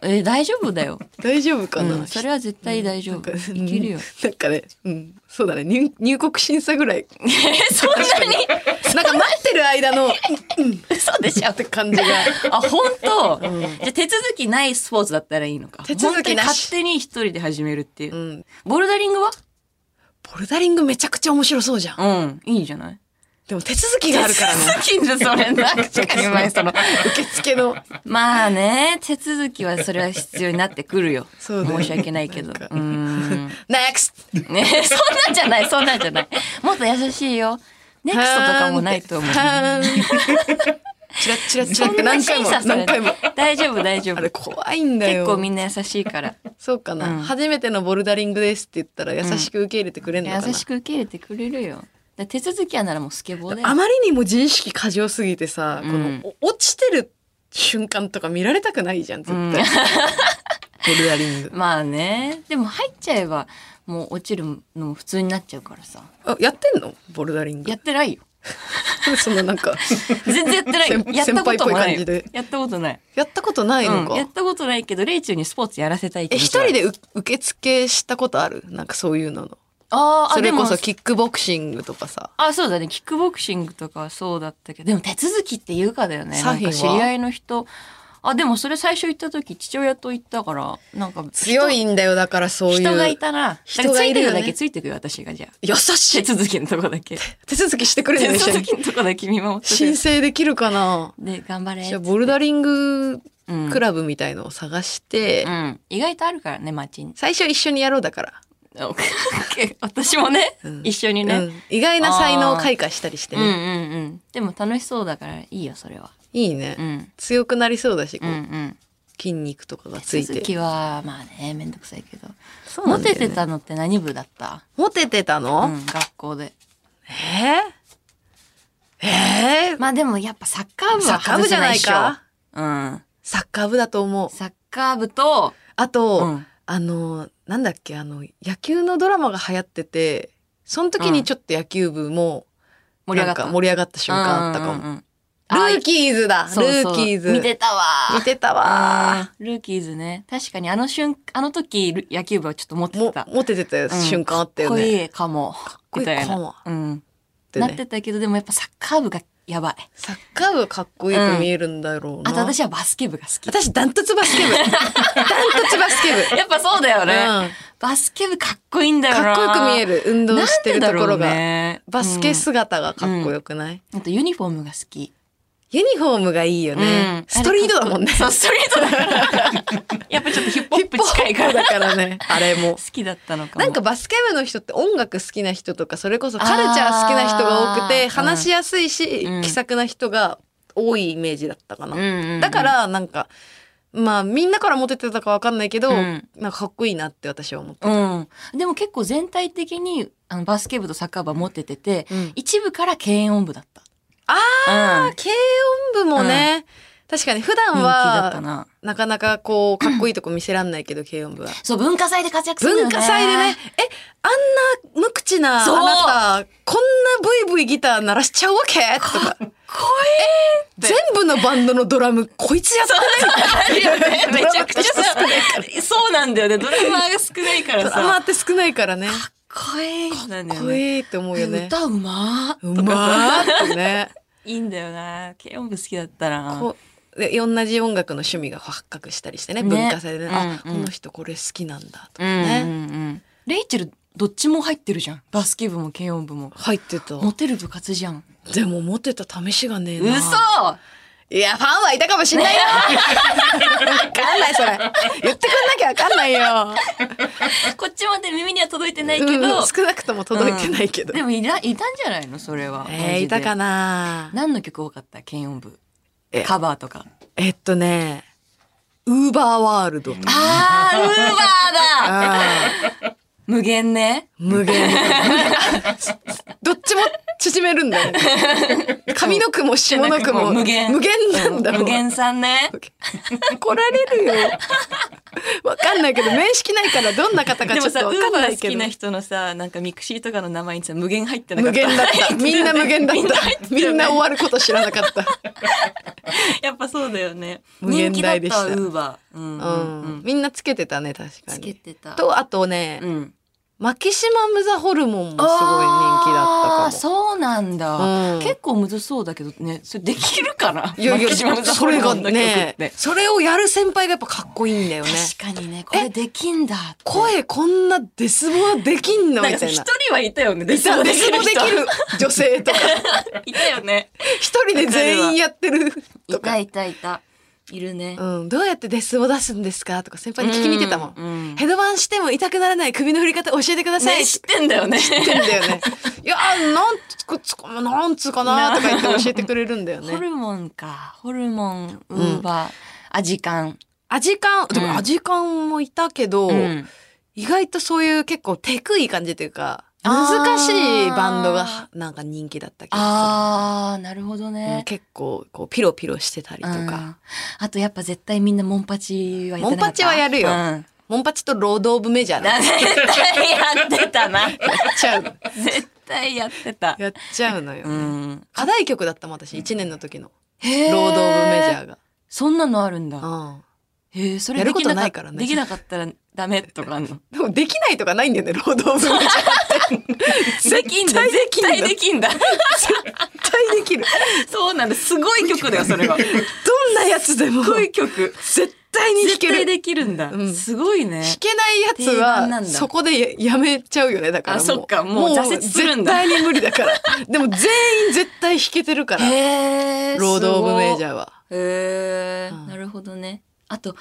[SPEAKER 1] え大丈夫だよ、
[SPEAKER 2] 大丈夫かな、
[SPEAKER 1] うん、それは絶対大丈夫、
[SPEAKER 2] なんか
[SPEAKER 1] いけるよ
[SPEAKER 2] なんかね、うん、そうだね入入国審査ぐらい
[SPEAKER 1] え そんなに
[SPEAKER 2] なんか待ってる間のっ
[SPEAKER 1] 嘘でしょ
[SPEAKER 2] て感じが
[SPEAKER 1] あ本当、じゃあ手続きないスポーツだったらいいのか
[SPEAKER 2] 手続きなし
[SPEAKER 1] 本当に勝手に一人で始めるっていう、
[SPEAKER 2] うん
[SPEAKER 1] ボルダリングは
[SPEAKER 2] ボルダリングめちゃくちゃ面白そうじゃん。
[SPEAKER 1] うんいいんじゃない
[SPEAKER 2] でも手続きがあるからね。
[SPEAKER 1] 手続きでそれなくちゃいけないその
[SPEAKER 2] 受付の。
[SPEAKER 1] まあね手続きはそれは必要になってくるよ
[SPEAKER 2] そうだよ
[SPEAKER 1] 申し訳ないけど
[SPEAKER 2] なんか
[SPEAKER 1] うん
[SPEAKER 2] NEXT!
[SPEAKER 1] ねそんなんじゃないそんなんじゃないもっと優しいよネクストとかもないと思う
[SPEAKER 2] はーんチラッチラッチ
[SPEAKER 1] そ
[SPEAKER 2] ラっ
[SPEAKER 1] ん
[SPEAKER 2] て
[SPEAKER 1] な
[SPEAKER 2] 何回
[SPEAKER 1] 審
[SPEAKER 2] も
[SPEAKER 1] 査されな
[SPEAKER 2] 何
[SPEAKER 1] い
[SPEAKER 2] 回も。
[SPEAKER 1] 大丈夫大丈
[SPEAKER 2] あれ
[SPEAKER 1] 夫
[SPEAKER 2] 怖いんだよ。
[SPEAKER 1] 結構みんな優しいから
[SPEAKER 2] そうかな、
[SPEAKER 1] うん
[SPEAKER 2] 初めてのボルダリングですって言ったら優しく受け入れてくれんのかな、
[SPEAKER 1] 優しく受け入れてくれるよだ手続きやならもうスケボーだよ
[SPEAKER 2] あまりにも自意識過剰すぎてさ、
[SPEAKER 1] うん
[SPEAKER 2] このお落ちてる瞬間とか見られたくないじゃん絶対、
[SPEAKER 1] うん
[SPEAKER 2] ボルダリン グ
[SPEAKER 1] まあねでも入っちゃえばもう落ちるのも普通になっちゃうからさ
[SPEAKER 2] あやってんのボルダリング
[SPEAKER 1] やってないよ
[SPEAKER 2] そんなな んか
[SPEAKER 1] 全然やってないよ
[SPEAKER 2] 先
[SPEAKER 1] やったこともない
[SPEAKER 2] 先輩っぽい感
[SPEAKER 1] よ
[SPEAKER 2] じで
[SPEAKER 1] やったことない、
[SPEAKER 2] やったことないのか、
[SPEAKER 1] うんやったことないけどレイチューにスポーツやらせたい
[SPEAKER 2] え、一人
[SPEAKER 1] で
[SPEAKER 2] でう受付したことあるなんかそういうのの。
[SPEAKER 1] あーあ
[SPEAKER 2] それこそ
[SPEAKER 1] でも
[SPEAKER 2] キックボクシングとかさ。
[SPEAKER 1] あそうだねキックボクシングとかはそうだったけどでも手続きっていうかだよねな
[SPEAKER 2] サー
[SPEAKER 1] ん
[SPEAKER 2] フィンは
[SPEAKER 1] か知り合いの人あでもそれ最初行った時父親と行ったからなんか
[SPEAKER 2] 強いんだよ、だからそういう。
[SPEAKER 1] 人がいたら
[SPEAKER 2] 人がいるよね
[SPEAKER 1] だからついてくだけついてくよ私がじゃあ
[SPEAKER 2] 優し
[SPEAKER 1] 手
[SPEAKER 2] い。
[SPEAKER 1] 続きのとこだ け
[SPEAKER 2] 手続きしてくれる
[SPEAKER 1] 手
[SPEAKER 2] の一緒
[SPEAKER 1] 続
[SPEAKER 2] に。
[SPEAKER 1] きのとこだけ見守ってくれ
[SPEAKER 2] 申
[SPEAKER 1] る
[SPEAKER 2] 請できるかな
[SPEAKER 1] で頑張れ
[SPEAKER 2] じゃあ、ボルダリング
[SPEAKER 1] うん
[SPEAKER 2] クラブみたいのを探して、
[SPEAKER 1] うん、意外とあるからね街に
[SPEAKER 2] 最初一緒にやろうだから。
[SPEAKER 1] 私もね、
[SPEAKER 2] ん
[SPEAKER 1] 一緒にね、
[SPEAKER 2] うん意外な才能を開花したりして
[SPEAKER 1] うん、うん
[SPEAKER 2] ね。
[SPEAKER 1] うんでも楽しそうだからいいよそれは、
[SPEAKER 2] いいね、
[SPEAKER 1] うん、
[SPEAKER 2] 強くなりそうだし、こ
[SPEAKER 1] う
[SPEAKER 2] うん
[SPEAKER 1] うん
[SPEAKER 2] 筋肉とかがつ
[SPEAKER 1] 手
[SPEAKER 2] い
[SPEAKER 1] 続
[SPEAKER 2] て。
[SPEAKER 1] きはまあねめんどくさいけど、
[SPEAKER 2] そうな
[SPEAKER 1] モ
[SPEAKER 2] んだよ
[SPEAKER 1] テ
[SPEAKER 2] ね
[SPEAKER 1] てたのって何部だった
[SPEAKER 2] モテてた
[SPEAKER 1] う
[SPEAKER 2] の、
[SPEAKER 1] ん学校で
[SPEAKER 2] えー、えー
[SPEAKER 1] まあでもやっぱサッカー部は
[SPEAKER 2] サッカ
[SPEAKER 1] 外
[SPEAKER 2] ー部じ
[SPEAKER 1] せ
[SPEAKER 2] ゃ
[SPEAKER 1] な
[SPEAKER 2] ないい
[SPEAKER 1] っしょ
[SPEAKER 2] か
[SPEAKER 1] うん
[SPEAKER 2] サッカー部だと思う。
[SPEAKER 1] サッカー部と
[SPEAKER 2] あと、
[SPEAKER 1] うん
[SPEAKER 2] あの、なんだっけ、あの、野球のドラマが流行ってて、その時にちょっと野球部も、
[SPEAKER 1] 盛り上がっ
[SPEAKER 2] な
[SPEAKER 1] た
[SPEAKER 2] んか盛り上がった瞬間あったかも。
[SPEAKER 1] うんうんうん
[SPEAKER 2] ルーキーズだ、
[SPEAKER 1] そうそう
[SPEAKER 2] ルーキーズ。
[SPEAKER 1] 見てたわ
[SPEAKER 2] 見てたわ
[SPEAKER 1] うんルーキーズね確かにあの瞬あの時ル野球部はちょっと持って
[SPEAKER 2] も
[SPEAKER 1] た、
[SPEAKER 2] モテてた
[SPEAKER 1] うん
[SPEAKER 2] 瞬間あったよ
[SPEAKER 1] かっこ
[SPEAKER 2] ね。
[SPEAKER 1] いいかもかっ
[SPEAKER 2] こいいかも
[SPEAKER 1] うん
[SPEAKER 2] で
[SPEAKER 1] な
[SPEAKER 2] ね
[SPEAKER 1] ってたけどでもやっぱサッカー部がやばい
[SPEAKER 2] サッカー部はかっこよく見えるんだろうな。
[SPEAKER 1] あと私はバスケ部が好き
[SPEAKER 2] 私、ダントツバスケ部。ダントツバスケ部。
[SPEAKER 1] やっぱそうだよね、
[SPEAKER 2] うん
[SPEAKER 1] バスケ部かっこいいんだよな
[SPEAKER 2] かっこよく見え
[SPEAKER 1] る
[SPEAKER 2] る、運動してるところが。
[SPEAKER 1] ね、
[SPEAKER 2] バスケ
[SPEAKER 1] うん
[SPEAKER 2] 姿がかっこよくない、
[SPEAKER 1] あとユニフォームが好き、
[SPEAKER 2] ユニフォームがいいよ
[SPEAKER 1] う
[SPEAKER 2] ね。
[SPEAKER 1] ん
[SPEAKER 2] ストリートだもんね。
[SPEAKER 1] そうストリートだから やっぱちょっとヒップホップ近いか
[SPEAKER 2] そうだ
[SPEAKER 1] ら好
[SPEAKER 2] からね、あれも。
[SPEAKER 1] きだったのかも
[SPEAKER 2] なんかバスケ部の人って音楽好きな人とかそれこそカルチャー好きな人が多く
[SPEAKER 1] あ
[SPEAKER 2] て
[SPEAKER 1] ー
[SPEAKER 2] 話しやすいし、
[SPEAKER 1] うん
[SPEAKER 2] 気さくな人が多いイメージだったかな、
[SPEAKER 1] うんうんうん
[SPEAKER 2] だからなんかまあみんなからモテてたかわかんないけど、
[SPEAKER 1] うん
[SPEAKER 2] なんかかっこいいなって私は思って
[SPEAKER 1] うん。でも結構全体的にあのバスケ部とサッカー部は持っててて、
[SPEAKER 2] うん
[SPEAKER 1] 一部から敬遠音部だった。あ、うん、
[SPEAKER 2] 軽音部もね、確かに普段
[SPEAKER 1] 人気だった
[SPEAKER 2] は
[SPEAKER 1] な。
[SPEAKER 2] なかなかこうかっこいいとこ見せらんないけど軽音部は
[SPEAKER 3] そう、文化祭で活躍するんだよ
[SPEAKER 2] 文
[SPEAKER 3] ね。
[SPEAKER 2] 化祭でね。えあんな無口なあ
[SPEAKER 3] そう
[SPEAKER 2] なたこんなブイブイギター鳴らしちゃうわけとか全部のバンドのドラムこいつやって
[SPEAKER 1] いやねめちゃくちゃ
[SPEAKER 2] ドラマと
[SPEAKER 1] さ、 そうなんだよね。ドラマーが少ないから
[SPEAKER 2] ド
[SPEAKER 1] さ。
[SPEAKER 2] ラマーって少ないからね
[SPEAKER 1] 声なんだよ
[SPEAKER 2] 怖
[SPEAKER 1] ね。
[SPEAKER 2] えって思うよね
[SPEAKER 3] 歌うまー
[SPEAKER 2] うまーってね
[SPEAKER 1] いいんだよな。軽音部好きだったら。
[SPEAKER 2] こうで同じ音楽の趣味が発覚したりしてね
[SPEAKER 1] ね
[SPEAKER 2] 文化祭でねあ、
[SPEAKER 1] うんうん
[SPEAKER 2] この人これ好きなんだ
[SPEAKER 1] う
[SPEAKER 2] とか
[SPEAKER 1] んうん
[SPEAKER 2] ね、
[SPEAKER 1] うん。レイチェル、どっちも入ってるじゃん。バスケ部も軽音部も。
[SPEAKER 2] 入ってた
[SPEAKER 1] モテる部活じゃん。
[SPEAKER 2] でも持ってた試しがねえ
[SPEAKER 1] 嘘
[SPEAKER 2] なういやファンはいたかもしんないよわかんないそれ言ってくんなきゃわかんないよ
[SPEAKER 1] こっちまで耳には届いてないけ
[SPEAKER 2] う
[SPEAKER 1] ど
[SPEAKER 2] ん、。少なくとも届いてないけど、
[SPEAKER 1] でもいたいたんじゃないのそれは。マジ
[SPEAKER 2] えー、
[SPEAKER 1] で
[SPEAKER 2] いたかな
[SPEAKER 1] 何の曲多かった軽音部
[SPEAKER 2] え。
[SPEAKER 1] カバーとか。
[SPEAKER 2] えっとねウーバーワールドとか
[SPEAKER 1] あー、ウーバーだ
[SPEAKER 2] あー
[SPEAKER 1] 無限ね。
[SPEAKER 2] 無限どっちも縮めるんだよね上の句も下の句も
[SPEAKER 1] 無限。
[SPEAKER 2] 無限なんだろう
[SPEAKER 1] 無限さんね。
[SPEAKER 2] 来られるよわかんないけど面識ないからどんな方か
[SPEAKER 1] で
[SPEAKER 2] ちょ
[SPEAKER 1] も
[SPEAKER 2] っと
[SPEAKER 1] さ、ウ
[SPEAKER 2] わか
[SPEAKER 1] ー
[SPEAKER 2] ん
[SPEAKER 1] バ
[SPEAKER 2] な
[SPEAKER 1] ー好
[SPEAKER 2] いけ
[SPEAKER 1] き
[SPEAKER 2] ど
[SPEAKER 1] な人のさ、なんかミクシーとかの名前にさ、無限入ってなか
[SPEAKER 2] 無
[SPEAKER 1] った。
[SPEAKER 2] 限 だったみんな無限だっ
[SPEAKER 1] みんな入って
[SPEAKER 2] たみんな終わること知らなかった
[SPEAKER 1] やっぱそうだよね。
[SPEAKER 2] 無限大でした
[SPEAKER 1] 人気だったウーバー。うんうんう
[SPEAKER 2] うん
[SPEAKER 1] ん。
[SPEAKER 2] みんなつけてたね確か
[SPEAKER 1] つけ
[SPEAKER 2] に
[SPEAKER 1] てた。
[SPEAKER 2] とあとね
[SPEAKER 1] うん。
[SPEAKER 2] マキシマムザホルモンもすごい人気だったか
[SPEAKER 1] あー
[SPEAKER 2] も
[SPEAKER 1] そうなんだ、
[SPEAKER 2] うん
[SPEAKER 1] 結構むずそうだけどね、それできるかな。
[SPEAKER 2] いやい
[SPEAKER 1] マキシマム
[SPEAKER 2] や、
[SPEAKER 1] ザ
[SPEAKER 2] そ
[SPEAKER 1] ホル
[SPEAKER 2] れ
[SPEAKER 1] モ
[SPEAKER 2] が
[SPEAKER 1] ンの曲っ
[SPEAKER 2] ね
[SPEAKER 1] て、
[SPEAKER 2] それをやる先輩がやっぱかっこいいんだよね。
[SPEAKER 1] 確かにね、これできんだって。
[SPEAKER 2] 声こんなデスボはできんの
[SPEAKER 1] な
[SPEAKER 2] み
[SPEAKER 1] ん
[SPEAKER 2] た
[SPEAKER 1] か
[SPEAKER 2] い
[SPEAKER 1] 一
[SPEAKER 2] な。
[SPEAKER 1] 人はいたよね。デ
[SPEAKER 2] デスボできる女性とか、
[SPEAKER 1] 人 いたよね。
[SPEAKER 2] 一人で全員やってるとか。
[SPEAKER 1] いたいた。いるね。
[SPEAKER 2] うん、どうやってデスボ出すんですかとか先輩に聞きに行ってたもん。
[SPEAKER 1] うんうん
[SPEAKER 2] ヘドバンしても痛くならない首の振り方教えてください。
[SPEAKER 1] ね、知ってんだよね。
[SPEAKER 2] って言うんだよね。いやー、なんつくつか、なんつうかなとか言って教えてくれるんだ よ
[SPEAKER 1] ホ
[SPEAKER 2] ね。
[SPEAKER 1] ルモンか。ホルモン、ウーバー、アジカン。
[SPEAKER 2] アジカン、で
[SPEAKER 1] う
[SPEAKER 2] も
[SPEAKER 1] ん
[SPEAKER 2] アジカンもいたけど、
[SPEAKER 1] うん
[SPEAKER 2] 意外とそういう結構テクい感じというか、
[SPEAKER 1] あー
[SPEAKER 2] 難しいバンドがなんか人気だった気が
[SPEAKER 1] あー、なるほど
[SPEAKER 2] する。うん
[SPEAKER 1] ね。
[SPEAKER 2] 結構こうピロピロしてたりと
[SPEAKER 1] うん
[SPEAKER 2] か。
[SPEAKER 1] あとやっぱ絶対みんなモンパチはやってなかった
[SPEAKER 2] モンパチはやるよ
[SPEAKER 1] うん
[SPEAKER 2] モンパチとロード・オブ・メジャーだ。やっ
[SPEAKER 1] な絶対やってた な。
[SPEAKER 2] ちゃう。
[SPEAKER 1] 絶対やってた。
[SPEAKER 2] やっちゃうのよ。
[SPEAKER 1] うん。
[SPEAKER 2] 課題曲だったもん私、1年の時の。
[SPEAKER 1] ロ
[SPEAKER 2] ロード・オブ・メジャ
[SPEAKER 1] ー。
[SPEAKER 2] ーが。
[SPEAKER 1] そんなのあるんだ。
[SPEAKER 2] うん
[SPEAKER 1] へえ、それ
[SPEAKER 2] やること
[SPEAKER 1] でき
[SPEAKER 2] ないからね
[SPEAKER 1] できなかったらダメとかあんの。
[SPEAKER 2] でもできないとかないんだよね、ロード・オブ・メジャーっ
[SPEAKER 1] で
[SPEAKER 2] て。
[SPEAKER 1] きんだ。絶対できんだ。
[SPEAKER 2] 絶対できる。
[SPEAKER 1] そうなんだ。すごい曲だよ、それは。す
[SPEAKER 2] どんなやつでも
[SPEAKER 1] ごい
[SPEAKER 2] 絶
[SPEAKER 1] 曲。
[SPEAKER 2] 対に弾
[SPEAKER 1] 絶
[SPEAKER 2] け
[SPEAKER 1] 対
[SPEAKER 2] る。
[SPEAKER 1] できるんだ。
[SPEAKER 2] うん
[SPEAKER 1] すごいね。
[SPEAKER 2] 弾けないやつ
[SPEAKER 1] 定番なん
[SPEAKER 2] は
[SPEAKER 1] だ
[SPEAKER 2] そこでややめちゃうよねだからもう
[SPEAKER 1] あそっかもう挫折するんだ
[SPEAKER 2] もう絶対に無理だからでも全員絶対弾けてるから
[SPEAKER 1] へえ。
[SPEAKER 2] ロード・オブ・メジャ
[SPEAKER 1] ー。
[SPEAKER 2] ーは
[SPEAKER 1] へえ、
[SPEAKER 2] うん
[SPEAKER 1] なるほどね。あと、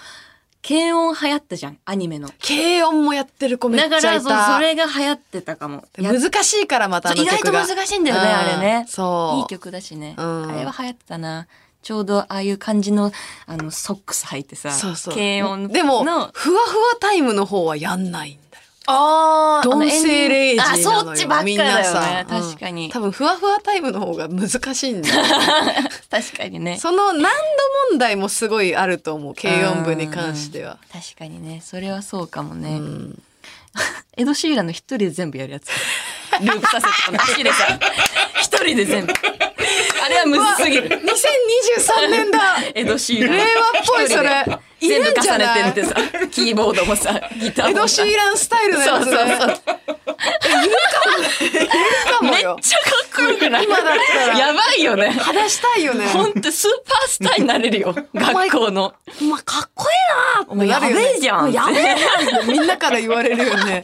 [SPEAKER 1] 軽音流行ったじゃん、アニメの。
[SPEAKER 2] 軽音もやってる子めっ
[SPEAKER 1] だ
[SPEAKER 2] ちゃ
[SPEAKER 1] か
[SPEAKER 2] いた
[SPEAKER 1] ら、そうそれが流行ってたかも。やっ
[SPEAKER 2] 難しいからまたあ
[SPEAKER 1] そう意
[SPEAKER 2] の
[SPEAKER 1] 外と
[SPEAKER 2] 曲が
[SPEAKER 1] 難しいんだよね、
[SPEAKER 2] うん
[SPEAKER 1] あれね。
[SPEAKER 2] そう
[SPEAKER 1] いい曲だしね。
[SPEAKER 2] うん
[SPEAKER 1] あれは流行ってたな。ちょうどああいう感じの、あの、ソックス履いてさ、
[SPEAKER 2] そうそう
[SPEAKER 1] 軽音の。
[SPEAKER 2] でもふわ
[SPEAKER 1] あ
[SPEAKER 2] ふわタイムの方はやんないんだよ
[SPEAKER 1] あ
[SPEAKER 2] 同性レイジなのよ
[SPEAKER 1] あ、そっちばっか
[SPEAKER 2] みん
[SPEAKER 1] だ
[SPEAKER 2] な
[SPEAKER 1] よ
[SPEAKER 2] さ
[SPEAKER 1] ね。、確か
[SPEAKER 2] うん
[SPEAKER 1] に。
[SPEAKER 2] 多分ふわふわタイムの方が難しいんだ よ
[SPEAKER 1] 確かにね。
[SPEAKER 2] その難度問題もすごいあると思う軽音部に関しては
[SPEAKER 1] 確かにね。それはそうかも
[SPEAKER 2] う
[SPEAKER 1] ね。
[SPEAKER 2] ん
[SPEAKER 1] エド・シーランの一人で全部やるやつ。ループさせてこの足でさ、一人で全部。あれはむずすぎる。
[SPEAKER 2] 2023 年だ
[SPEAKER 1] エド・シーラン。
[SPEAKER 2] 令和っぽいそれ
[SPEAKER 1] 一人で全部重ねて
[SPEAKER 2] い
[SPEAKER 1] ってさ、キーボードもさ、ギターもさ。
[SPEAKER 2] エド・シーランスタイルのやつ
[SPEAKER 1] そうそ う
[SPEAKER 2] かも
[SPEAKER 1] めっ
[SPEAKER 2] よ
[SPEAKER 1] ちゃかっこよくない
[SPEAKER 2] 今だったら
[SPEAKER 1] やばいよね。
[SPEAKER 2] 話したいよね
[SPEAKER 1] ほんとスーパースターになれるよ。学校の。
[SPEAKER 2] お前かっこ
[SPEAKER 1] お前やべえじゃん。
[SPEAKER 2] やべえなってみんなから言われる よね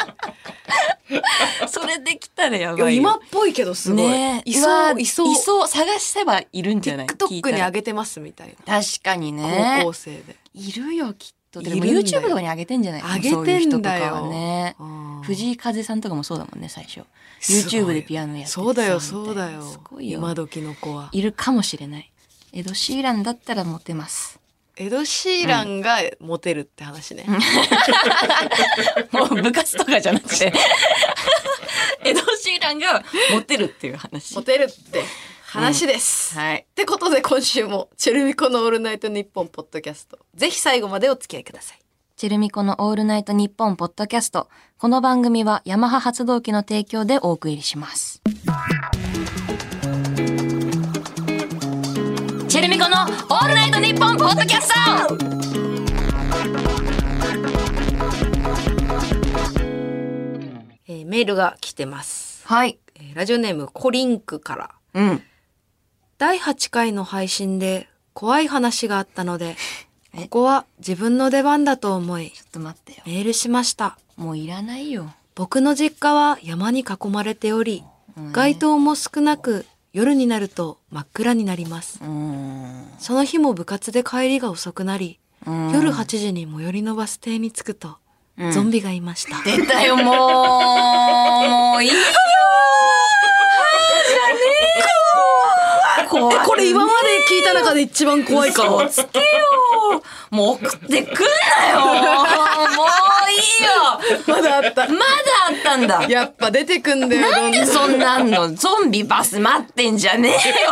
[SPEAKER 1] それできたらや
[SPEAKER 2] いや
[SPEAKER 1] ばいよ。
[SPEAKER 2] 今っぽいけどすごい、
[SPEAKER 1] ねえ
[SPEAKER 2] いう
[SPEAKER 1] わ
[SPEAKER 2] そういそう
[SPEAKER 1] いそう。探せばいるんじゃない
[SPEAKER 2] TikTok に上
[SPEAKER 1] げ
[SPEAKER 2] げてますみたい
[SPEAKER 1] 確かに
[SPEAKER 2] な
[SPEAKER 1] ね
[SPEAKER 2] 高。校生で
[SPEAKER 1] いるよ、きっと。で
[SPEAKER 2] い
[SPEAKER 1] も
[SPEAKER 2] るんだよ
[SPEAKER 1] YouTube とかに上げてんじゃない
[SPEAKER 2] 上げてんだよ
[SPEAKER 1] そういう人とかはね。
[SPEAKER 2] うん
[SPEAKER 1] 藤井風さんとかもそうだもんね、最初。
[SPEAKER 2] すごい
[SPEAKER 1] YouTube でピアノやっててさ
[SPEAKER 2] そうだよ
[SPEAKER 1] みたいな
[SPEAKER 2] そうだよ
[SPEAKER 1] すごいよ。
[SPEAKER 2] 今時の子はい
[SPEAKER 1] るかもしれない。エド・シーランだったらモテます。
[SPEAKER 2] エド・シーランがモテるって話ね、
[SPEAKER 1] もう部活とかじゃなく て。エド・シーランがモテるっていう話
[SPEAKER 2] モ。テるって話です。
[SPEAKER 1] はい。
[SPEAKER 2] ってことで今週も「チェルミコのオールナイトニッポン」ポッドキャストぜひ最後までお付き合いください。
[SPEAKER 1] チェルミコのオールナイトニッポンポッドキャスト。この番組はヤマハ発動機の提供でお送りします。チェルミコのオールナイトニッポンポッドキャスト
[SPEAKER 3] えーメールが来てます、
[SPEAKER 1] はい。
[SPEAKER 3] えーラジオネームコリンクから
[SPEAKER 1] うん。
[SPEAKER 3] 第8回の配信で怖い話があったの でここは自分の出番だと思い
[SPEAKER 1] ちょっと待ってよ。
[SPEAKER 3] メールしました
[SPEAKER 1] もういらないよ。
[SPEAKER 3] 僕の実家は山に囲まれており街灯も少なく夜になると真っ暗になります
[SPEAKER 1] うーん。
[SPEAKER 3] その日も部活で帰りが遅くなり
[SPEAKER 1] うん
[SPEAKER 3] 夜8時に最寄りのバス停に着くと
[SPEAKER 1] うん
[SPEAKER 3] ゾンビがいました、
[SPEAKER 1] 出たよ、もう。もういいよ。はあ、じゃねえよ。怖い
[SPEAKER 2] これ今まで聞いた中で一番怖いか も。
[SPEAKER 1] 嘘つけよもう送ってくんなよもういいよ
[SPEAKER 2] まだあった。
[SPEAKER 1] まだあったんだ
[SPEAKER 2] やっぱ出てくんだよ。
[SPEAKER 1] なんでそんなんのゾンビバス待ってんじゃねえよ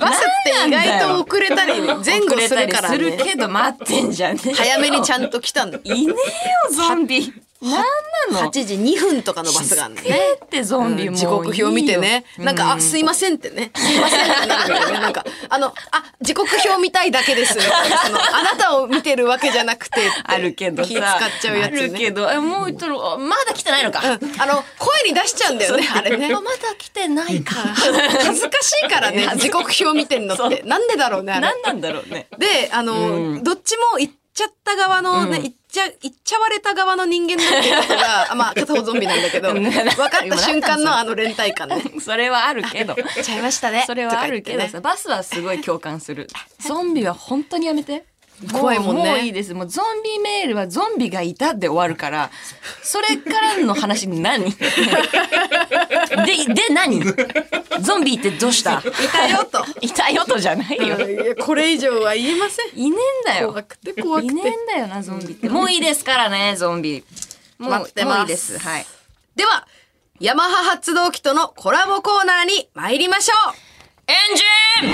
[SPEAKER 2] バスって意外と遅れたり前後するから、
[SPEAKER 1] 遅れたりする
[SPEAKER 2] ね、
[SPEAKER 1] けど待ってんじゃねえよ
[SPEAKER 2] 早めにちゃんと来たんだ。
[SPEAKER 1] いねえよゾンビなんなの
[SPEAKER 2] 8時2分とかのバスがあるんだ
[SPEAKER 1] え
[SPEAKER 2] ね。
[SPEAKER 1] ってゾンビもういい
[SPEAKER 2] 時
[SPEAKER 1] よ
[SPEAKER 2] 刻表見てね、なんか、
[SPEAKER 1] う
[SPEAKER 2] あ、すいませんってね、すいませんってなるよね、なんか、あの、あ、時刻表見たいだけです。そのあなたを見てるわけじゃなくてって、
[SPEAKER 1] あるけどさ
[SPEAKER 2] 気使っちゃうや
[SPEAKER 1] あ
[SPEAKER 2] つ
[SPEAKER 1] るけ
[SPEAKER 2] ね。
[SPEAKER 1] どえもう言っとるあまだ来てないのか
[SPEAKER 2] うんあの、声に出しちゃうんだよね、あれね。
[SPEAKER 1] あまだ来てないか
[SPEAKER 2] 恥ずかしいからね、時刻表見てんのって、なんでだろうね、あれ。
[SPEAKER 1] 何なんだろうね
[SPEAKER 2] で、あの、どっちも行っちゃった側のね、行っちゃ、行っちゃわれた側の人間だっていうこと が、あまあ、片方ゾンビなんだけど、
[SPEAKER 1] うん
[SPEAKER 2] 分かった瞬間
[SPEAKER 1] 今
[SPEAKER 2] のあの連帯感ね。
[SPEAKER 1] それはあるけど
[SPEAKER 2] ちゃいました ね。
[SPEAKER 1] それはあるけど
[SPEAKER 2] とか言って
[SPEAKER 1] さ、
[SPEAKER 2] ね
[SPEAKER 1] バスはすごい共感 する。ゾンビは本当にやめて。
[SPEAKER 2] 怖いもんね
[SPEAKER 1] うもういいです。もうゾンビメールはゾンビがいたで終わるから、それからの話何 で、で何ゾンビってどうした いた
[SPEAKER 2] よと。
[SPEAKER 1] いたよとじゃないよ。
[SPEAKER 2] いやこれ以上は言えません。
[SPEAKER 1] いねえんだよ
[SPEAKER 2] 怖。くて怖
[SPEAKER 1] い
[SPEAKER 2] く
[SPEAKER 1] ねえ
[SPEAKER 2] て。
[SPEAKER 1] んだよな、ゾンビって。もういいですからね、ゾンビ。もう
[SPEAKER 2] 待ってます
[SPEAKER 1] もういいです。はい。
[SPEAKER 2] では、ヤマハ発動機とのコラボコーナーに参りましょう
[SPEAKER 1] エンジン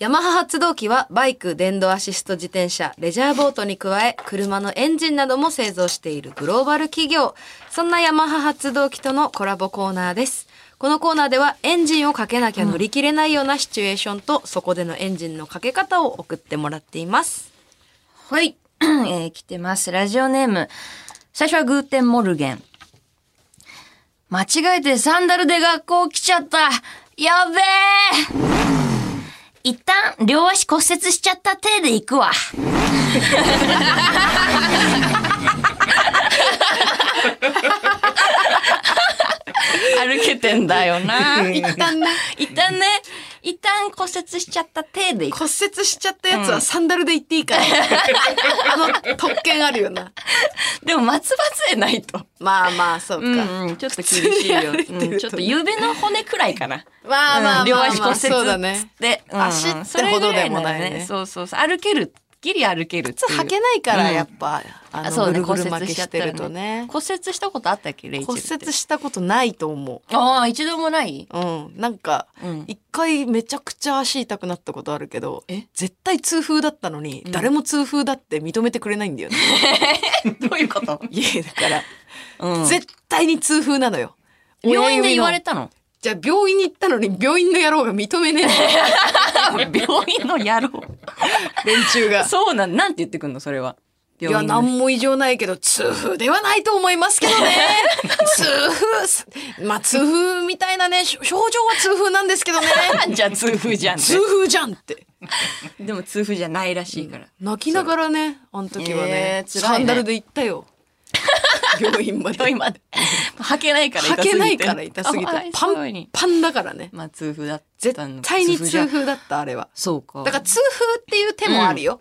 [SPEAKER 3] ヤマハ発動機はバイク、電動アシスト自転車、レジャーボートに加え、車のエンジンなども製造しているグローバル企業。そんなヤマハ発動機とのコラボコーナーです。このコーナーではエンジンをかけなきゃ乗り切れないようなシチュエーションと、そこでのエンジンのかけ方を送ってもらっています。
[SPEAKER 1] はい。 えー来てます。ラジオネーム。最初はグーテンモルゲン。間違えてサンダルで学校来ちゃった。やべえ一旦、両足骨折しちゃった手で行くわ。歩けてんだよな。一旦ね。一旦ね。一旦骨折しちゃった手で行く。
[SPEAKER 2] 骨折しちゃったやつはサンダルで行っていい から。あの特権あるよな。
[SPEAKER 1] でも松葉杖ないと。
[SPEAKER 2] まあまあ、そうか。
[SPEAKER 1] うんうん、ちょっと厳しいよ、
[SPEAKER 2] 普通に歩いてる
[SPEAKER 1] う
[SPEAKER 2] と
[SPEAKER 1] んちょっと指の骨くらいかな、
[SPEAKER 2] まあまあまあまあ、
[SPEAKER 1] うん両足骨折っつって
[SPEAKER 2] そうだね。
[SPEAKER 1] うん
[SPEAKER 2] 足ってほどでもない
[SPEAKER 1] そ
[SPEAKER 2] ね
[SPEAKER 1] れぐらならそうそうそう歩けるギリ歩けるっていう
[SPEAKER 2] 履けないから、やっぱ、あ
[SPEAKER 1] あ
[SPEAKER 2] の、
[SPEAKER 1] そう
[SPEAKER 2] ぐ
[SPEAKER 1] ね
[SPEAKER 2] るぐる
[SPEAKER 1] 骨
[SPEAKER 2] 巻
[SPEAKER 1] 折
[SPEAKER 2] き
[SPEAKER 1] しちゃ
[SPEAKER 2] し
[SPEAKER 1] った
[SPEAKER 2] て
[SPEAKER 1] らね
[SPEAKER 2] るとね。
[SPEAKER 1] 骨折したことあったっけレイチェル
[SPEAKER 2] 骨
[SPEAKER 1] って
[SPEAKER 2] 折したことないと思。
[SPEAKER 1] ああ一度もないう
[SPEAKER 2] うん。なんか
[SPEAKER 1] うん、
[SPEAKER 2] 一回めちゃくちゃ足痛くなったことあるけど
[SPEAKER 1] え、
[SPEAKER 2] 絶対痛風だったのに、誰も痛風だって認めてくれないんだ よね。
[SPEAKER 1] どういうこと、
[SPEAKER 2] いや、だから。
[SPEAKER 1] うん、
[SPEAKER 2] 絶対に痛風なのよ。
[SPEAKER 1] 病院で言われ
[SPEAKER 2] た。
[SPEAKER 1] たの
[SPEAKER 2] じゃあ病院に行ったのに病院の野郎が認めね えの
[SPEAKER 1] 病院の野郎
[SPEAKER 2] 連中が。
[SPEAKER 1] そうなんなんて言ってくんのそれはい
[SPEAKER 2] や、
[SPEAKER 1] 病院の
[SPEAKER 2] 何も異常ないけど、痛風ではないと思いますけど ね。痛風、まあ痛風みたいなね、しょ症状は痛風なんです けどね。
[SPEAKER 1] じゃあ痛風じゃんね
[SPEAKER 2] 痛風じゃんって。
[SPEAKER 1] でも痛風じゃないらしいから、
[SPEAKER 2] 泣きながらね、あの時は
[SPEAKER 1] え、
[SPEAKER 2] ね
[SPEAKER 1] ー辛いね
[SPEAKER 2] サンダルで行ったよ。 病院まで。
[SPEAKER 1] 病院まで履けないから痛
[SPEAKER 2] 履
[SPEAKER 1] すぎて
[SPEAKER 2] けないから痛すぎて
[SPEAKER 1] ああ。
[SPEAKER 2] パ
[SPEAKER 1] そうに
[SPEAKER 2] ンパンだからね。
[SPEAKER 1] まあ痛風だった
[SPEAKER 2] 絶
[SPEAKER 1] の
[SPEAKER 2] 対に
[SPEAKER 1] 痛風じゃ
[SPEAKER 2] 痛風だった、あれは。
[SPEAKER 1] そうか。
[SPEAKER 2] だから痛風っていう手もあるよ。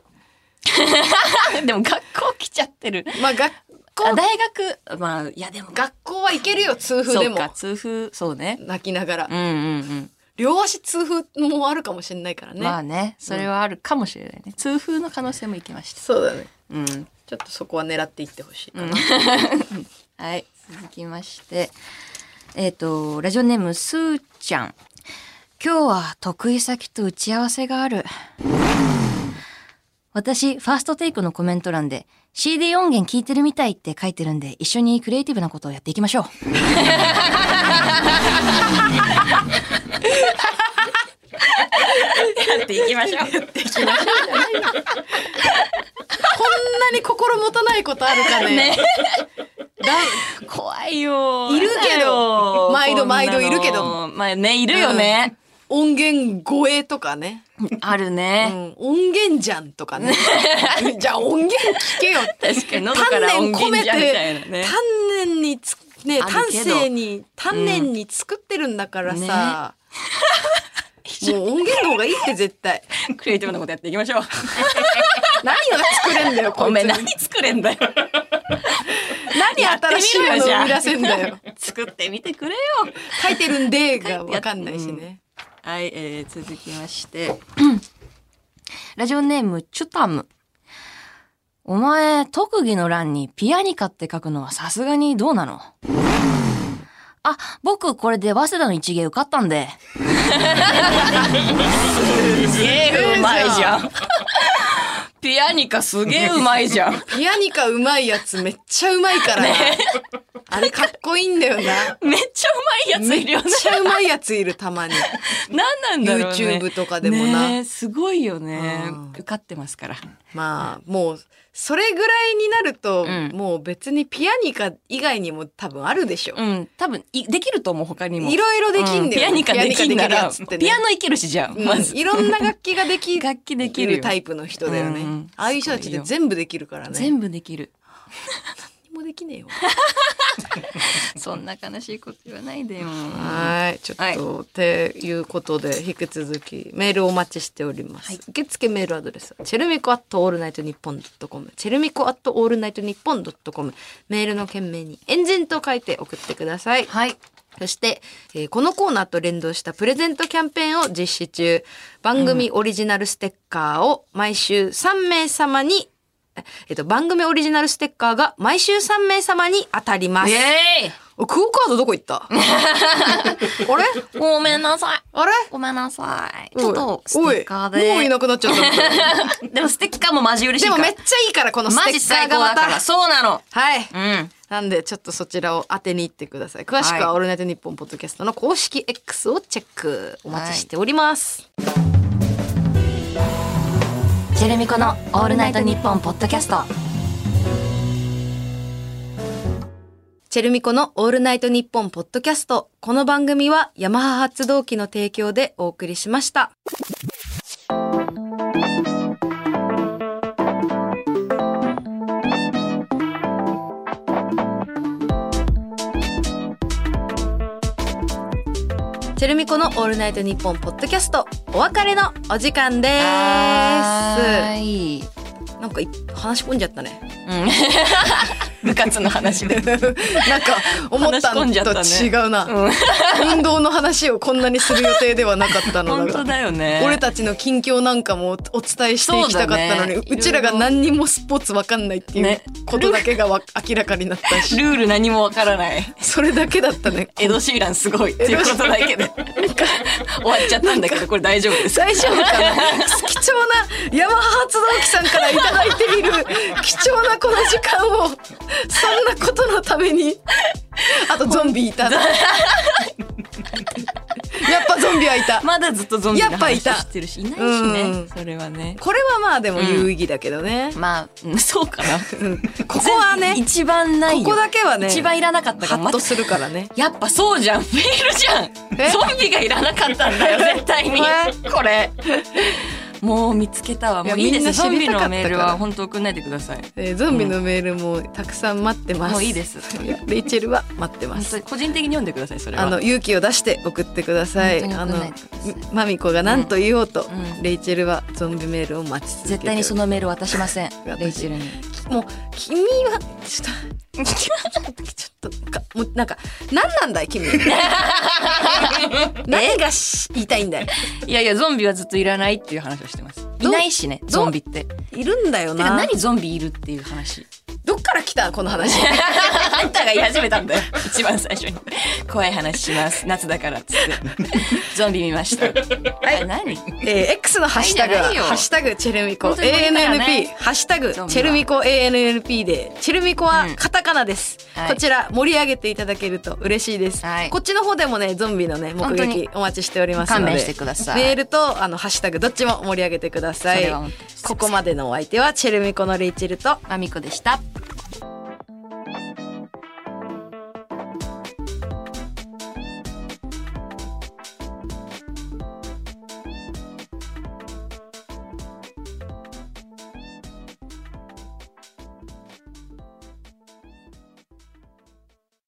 [SPEAKER 1] ら、でも学校来ちゃってる。
[SPEAKER 2] まあ 学
[SPEAKER 1] あ
[SPEAKER 2] 校
[SPEAKER 1] 大学、まあ、いやでも、
[SPEAKER 2] 学校は行けるよ痛風で
[SPEAKER 1] そう
[SPEAKER 2] も
[SPEAKER 1] か、痛風、そうね。
[SPEAKER 2] 泣きながら、
[SPEAKER 1] うんうんうん。
[SPEAKER 2] 両足痛風もあるかもしれないからね、
[SPEAKER 1] まあね、それはあるかもしれないね。痛風の可能性もいきました。
[SPEAKER 2] そうだね
[SPEAKER 1] うん。
[SPEAKER 2] ちょっとそこは狙っていってほしいかな、
[SPEAKER 1] はい、続きまして。えっ、と、ラジオネーム、すーちゃん。今日は得意先と打ち合わせがある。私、ファーストテイクのコメント欄で、CD 音源聞いてるみたいって書いてるんで、一緒にクリエイティブなことをやっていきましょう。
[SPEAKER 4] やっていきましょう。
[SPEAKER 2] なに心持たないことあるか ね。
[SPEAKER 1] 怖いよ
[SPEAKER 2] いるけ
[SPEAKER 1] や
[SPEAKER 2] ど
[SPEAKER 1] だよ
[SPEAKER 2] 毎度毎度
[SPEAKER 1] こんなの
[SPEAKER 2] いるけど
[SPEAKER 1] まあね、いるよね。
[SPEAKER 2] 音源超えとかね。
[SPEAKER 1] ある
[SPEAKER 2] う
[SPEAKER 1] ね。
[SPEAKER 2] ん、音源じゃんとか ね。じゃあ音源聞けよって。
[SPEAKER 4] 確かに喉から
[SPEAKER 2] 丹
[SPEAKER 4] 音
[SPEAKER 2] 念込め
[SPEAKER 4] 源じゃんみたい
[SPEAKER 2] て、
[SPEAKER 4] なね。
[SPEAKER 2] 丹念につね、
[SPEAKER 1] あ
[SPEAKER 2] 丹
[SPEAKER 1] るけど
[SPEAKER 2] 精に、丹念に作ってるんだからさ。 もう音源の方がいいって絶対。
[SPEAKER 4] クリエイティブなことやっていきま しょう。
[SPEAKER 2] 何を作れんだよ、こ
[SPEAKER 4] お
[SPEAKER 2] いつ
[SPEAKER 4] めえ何作れん だよ。
[SPEAKER 2] 何新しいものを生み出せんだよ。
[SPEAKER 4] 作ってみてくれよ。
[SPEAKER 2] 書いてるんで がわかんないしね。
[SPEAKER 4] はい、えー、続きまして。
[SPEAKER 1] ラジオネーム、チュタム。お前、特技の欄にピアニカって書くのはさすがにどうなのあ、僕これで早稲田の一芸受かった んで。
[SPEAKER 4] すげえうまいじゃ ん。ピアニカすげえうまいじゃん。
[SPEAKER 2] ピアニカうまいやつめっちゃうま いからな。あれかっこいいんだよな。
[SPEAKER 4] めっちゃうまいやつ
[SPEAKER 2] め
[SPEAKER 4] い
[SPEAKER 2] っ
[SPEAKER 4] るよね。
[SPEAKER 2] ちゃうまいやついるたまに。
[SPEAKER 4] なんなんだろうね。
[SPEAKER 2] YouTube とかでもな
[SPEAKER 4] ねえすごいよね
[SPEAKER 2] うん。
[SPEAKER 4] 受かってますから。
[SPEAKER 2] まあもうそれぐらいになると、
[SPEAKER 1] ん
[SPEAKER 2] もう別にピアニカ以外にも多分あるでしょ。
[SPEAKER 4] うん、多分いできると思う他にも。
[SPEAKER 2] いろいろできんだよ、
[SPEAKER 4] ピアニカできんな
[SPEAKER 2] ピアニカできるや
[SPEAKER 4] ら、
[SPEAKER 2] つってね
[SPEAKER 4] ピアノいけるしじゃあ、
[SPEAKER 2] うん
[SPEAKER 4] まず。
[SPEAKER 2] いろんな楽器ができ
[SPEAKER 4] 楽器できる
[SPEAKER 2] る
[SPEAKER 4] よ
[SPEAKER 2] タイプの人だよね、
[SPEAKER 4] うん
[SPEAKER 2] ああいう人たちって全部できるからね
[SPEAKER 1] 全部できる。
[SPEAKER 2] 何もできねえよ
[SPEAKER 1] そんな悲しいこと言わないでよ。
[SPEAKER 2] はい、ちょっと、
[SPEAKER 1] はい
[SPEAKER 2] っていうことで引き続きメールをお待ちしております。受付メールアドレスはチェルミコアットオールナイトニッポンドットコムチェルミコアットオールナイトニッポンドットコムメールの件名にエンジンと書いて送ってください。
[SPEAKER 1] はい。
[SPEAKER 2] そして、えーこのコーナーと連動したプレゼントキャンペーンを実施中。番組オリジナルステッカーを毎週3名様に、ええっと、番組オリジナルステッカーが毎週3名様に当たります。
[SPEAKER 1] え
[SPEAKER 2] おクオカードどこ行った あれ
[SPEAKER 1] えごめんなさい。
[SPEAKER 2] あれ
[SPEAKER 1] ごめんなさい。
[SPEAKER 2] おい
[SPEAKER 1] ちょっとステッカー
[SPEAKER 2] おいもうい
[SPEAKER 1] で。
[SPEAKER 2] なくなっ ちゃったみたいな
[SPEAKER 1] でもステッカーもマジ嬉し
[SPEAKER 2] で
[SPEAKER 1] い
[SPEAKER 2] も
[SPEAKER 1] から。
[SPEAKER 2] めっちゃいいからこのス
[SPEAKER 1] マ
[SPEAKER 2] テ
[SPEAKER 1] ジ
[SPEAKER 2] ッカ
[SPEAKER 1] 最
[SPEAKER 2] ーが
[SPEAKER 1] 高
[SPEAKER 2] ま
[SPEAKER 1] だか
[SPEAKER 2] た
[SPEAKER 1] ら。そうなの。、
[SPEAKER 2] はいう
[SPEAKER 1] ん。
[SPEAKER 2] なんでちょっとそちらを当てに行ってください詳しく
[SPEAKER 1] は
[SPEAKER 2] はい「オールナイトニッポン」ポッドキャストの公式 X をチェックお待ちしております、
[SPEAKER 1] ジェレミコのオールナイトニッポンポッドキャスト。
[SPEAKER 2] チェルミコの「オールナイトニッポン」ポッドキャストこの番組はヤマハ発動機の提供でお送りしましたチェルミコの「オールナイトニッポン」ポッドキャストお別れのお時間で
[SPEAKER 1] は
[SPEAKER 2] す
[SPEAKER 1] ーい。
[SPEAKER 2] なんかい話し込んじゃったね
[SPEAKER 4] 部活の話で。
[SPEAKER 2] なんか思った
[SPEAKER 4] 話し込んじゃった
[SPEAKER 2] の
[SPEAKER 4] ね
[SPEAKER 2] と違うな、運動の話をこんなにする予定ではなかったの
[SPEAKER 4] 本
[SPEAKER 2] だ
[SPEAKER 4] 当
[SPEAKER 2] が。
[SPEAKER 4] だよね。
[SPEAKER 2] 俺たちの近況なんかもお伝えしていきたかったのに,、
[SPEAKER 4] そううだね
[SPEAKER 2] ちらが何にもスポーツわかんないっていう
[SPEAKER 4] ね
[SPEAKER 2] ことだけがわ明らかになった し
[SPEAKER 4] ルール何もわからない。
[SPEAKER 2] それだけだったね
[SPEAKER 4] エド・シーランすごいっていうことだけで。終わっちゃったんだけど、これ大丈夫です。
[SPEAKER 2] 大丈夫かな貴重なヤマハ発動機さんから頂いただいている貴重なこの時間をそんなことのためにあとゾンビ いたなやっぱゾンビはいた
[SPEAKER 4] まだずっとゾンビの
[SPEAKER 2] やっぱい
[SPEAKER 4] 話
[SPEAKER 2] た
[SPEAKER 4] してるし、いないし
[SPEAKER 2] う
[SPEAKER 4] ね
[SPEAKER 2] ん。
[SPEAKER 4] それはね。
[SPEAKER 2] これはまあでも有意義だけどね、
[SPEAKER 1] まあ、うん
[SPEAKER 4] そうかな。
[SPEAKER 2] ここはね
[SPEAKER 1] 一番ないよ。
[SPEAKER 2] ここだけはね
[SPEAKER 1] 一番いらなかったか
[SPEAKER 2] ハ
[SPEAKER 1] ら。
[SPEAKER 2] ッ
[SPEAKER 1] ま
[SPEAKER 2] とするからね
[SPEAKER 4] やっぱそうじゃん。 メールじゃ
[SPEAKER 2] え
[SPEAKER 4] ん。ゾンビがいらなかったんだ よ、絶対に。これ。もう見つけたわ。もういいで
[SPEAKER 2] いやみんな
[SPEAKER 4] す。
[SPEAKER 2] 知
[SPEAKER 4] ゾン
[SPEAKER 2] り
[SPEAKER 4] ビ
[SPEAKER 2] たかったから
[SPEAKER 4] のメールは本当送んないでください。
[SPEAKER 2] えーゾンビのメールもたくさん待ってます、
[SPEAKER 1] もういいです
[SPEAKER 2] レイチェルは待ってま
[SPEAKER 4] 本当
[SPEAKER 2] す
[SPEAKER 4] に個人的に読んでください、それは。
[SPEAKER 2] あの勇気を出して送ってください
[SPEAKER 1] 本当
[SPEAKER 2] あ
[SPEAKER 1] に送
[SPEAKER 2] の
[SPEAKER 1] んないでください
[SPEAKER 2] マミコが何と言おうと、
[SPEAKER 1] うん
[SPEAKER 2] レイチェルはゾンビメールを待ち続けて
[SPEAKER 1] 絶対にそのメール渡しません
[SPEAKER 2] 私。
[SPEAKER 1] レイチェルに。
[SPEAKER 2] もう君はちょっとちょっとちょっとかもうなんか何なんだい 君何がし言いたいんだい
[SPEAKER 4] いやいや、ゾンビはずっといらないっていう話をしてます。
[SPEAKER 2] ど
[SPEAKER 4] いないしね、ゾンビって。て
[SPEAKER 2] いるんだよ
[SPEAKER 4] か
[SPEAKER 2] な
[SPEAKER 4] 何ゾンビいるっていう話。
[SPEAKER 2] どっかから来たこの話
[SPEAKER 1] あんたが言い始めたんだよ。一番最初に。怖い話します。夏だから っつって。ゾンビ見ました。はい、何
[SPEAKER 2] えー X のハッシュタグは
[SPEAKER 1] はいじゃないよ
[SPEAKER 2] ハッシュタグチェルミコ
[SPEAKER 1] 本当にこれだよ
[SPEAKER 2] ANNP、
[SPEAKER 1] ね
[SPEAKER 2] ハッシュタグチ
[SPEAKER 1] ゾンビは
[SPEAKER 2] ェルミコ ANNP でチェルミコはカタカナです、
[SPEAKER 1] はい
[SPEAKER 2] こちら盛り上げていただけると嬉しいです、
[SPEAKER 1] はい
[SPEAKER 2] こっちの方でもねゾンビのね目
[SPEAKER 1] 本当に
[SPEAKER 2] 撃お待ちしておりますので
[SPEAKER 1] 勘弁してください
[SPEAKER 2] メールとあのハッシュタグどっちも盛り上げてくださ
[SPEAKER 1] そ
[SPEAKER 2] い
[SPEAKER 1] れは本当に
[SPEAKER 2] ここまでのお相手はチェルミコのレイチェルと
[SPEAKER 1] まみこでした。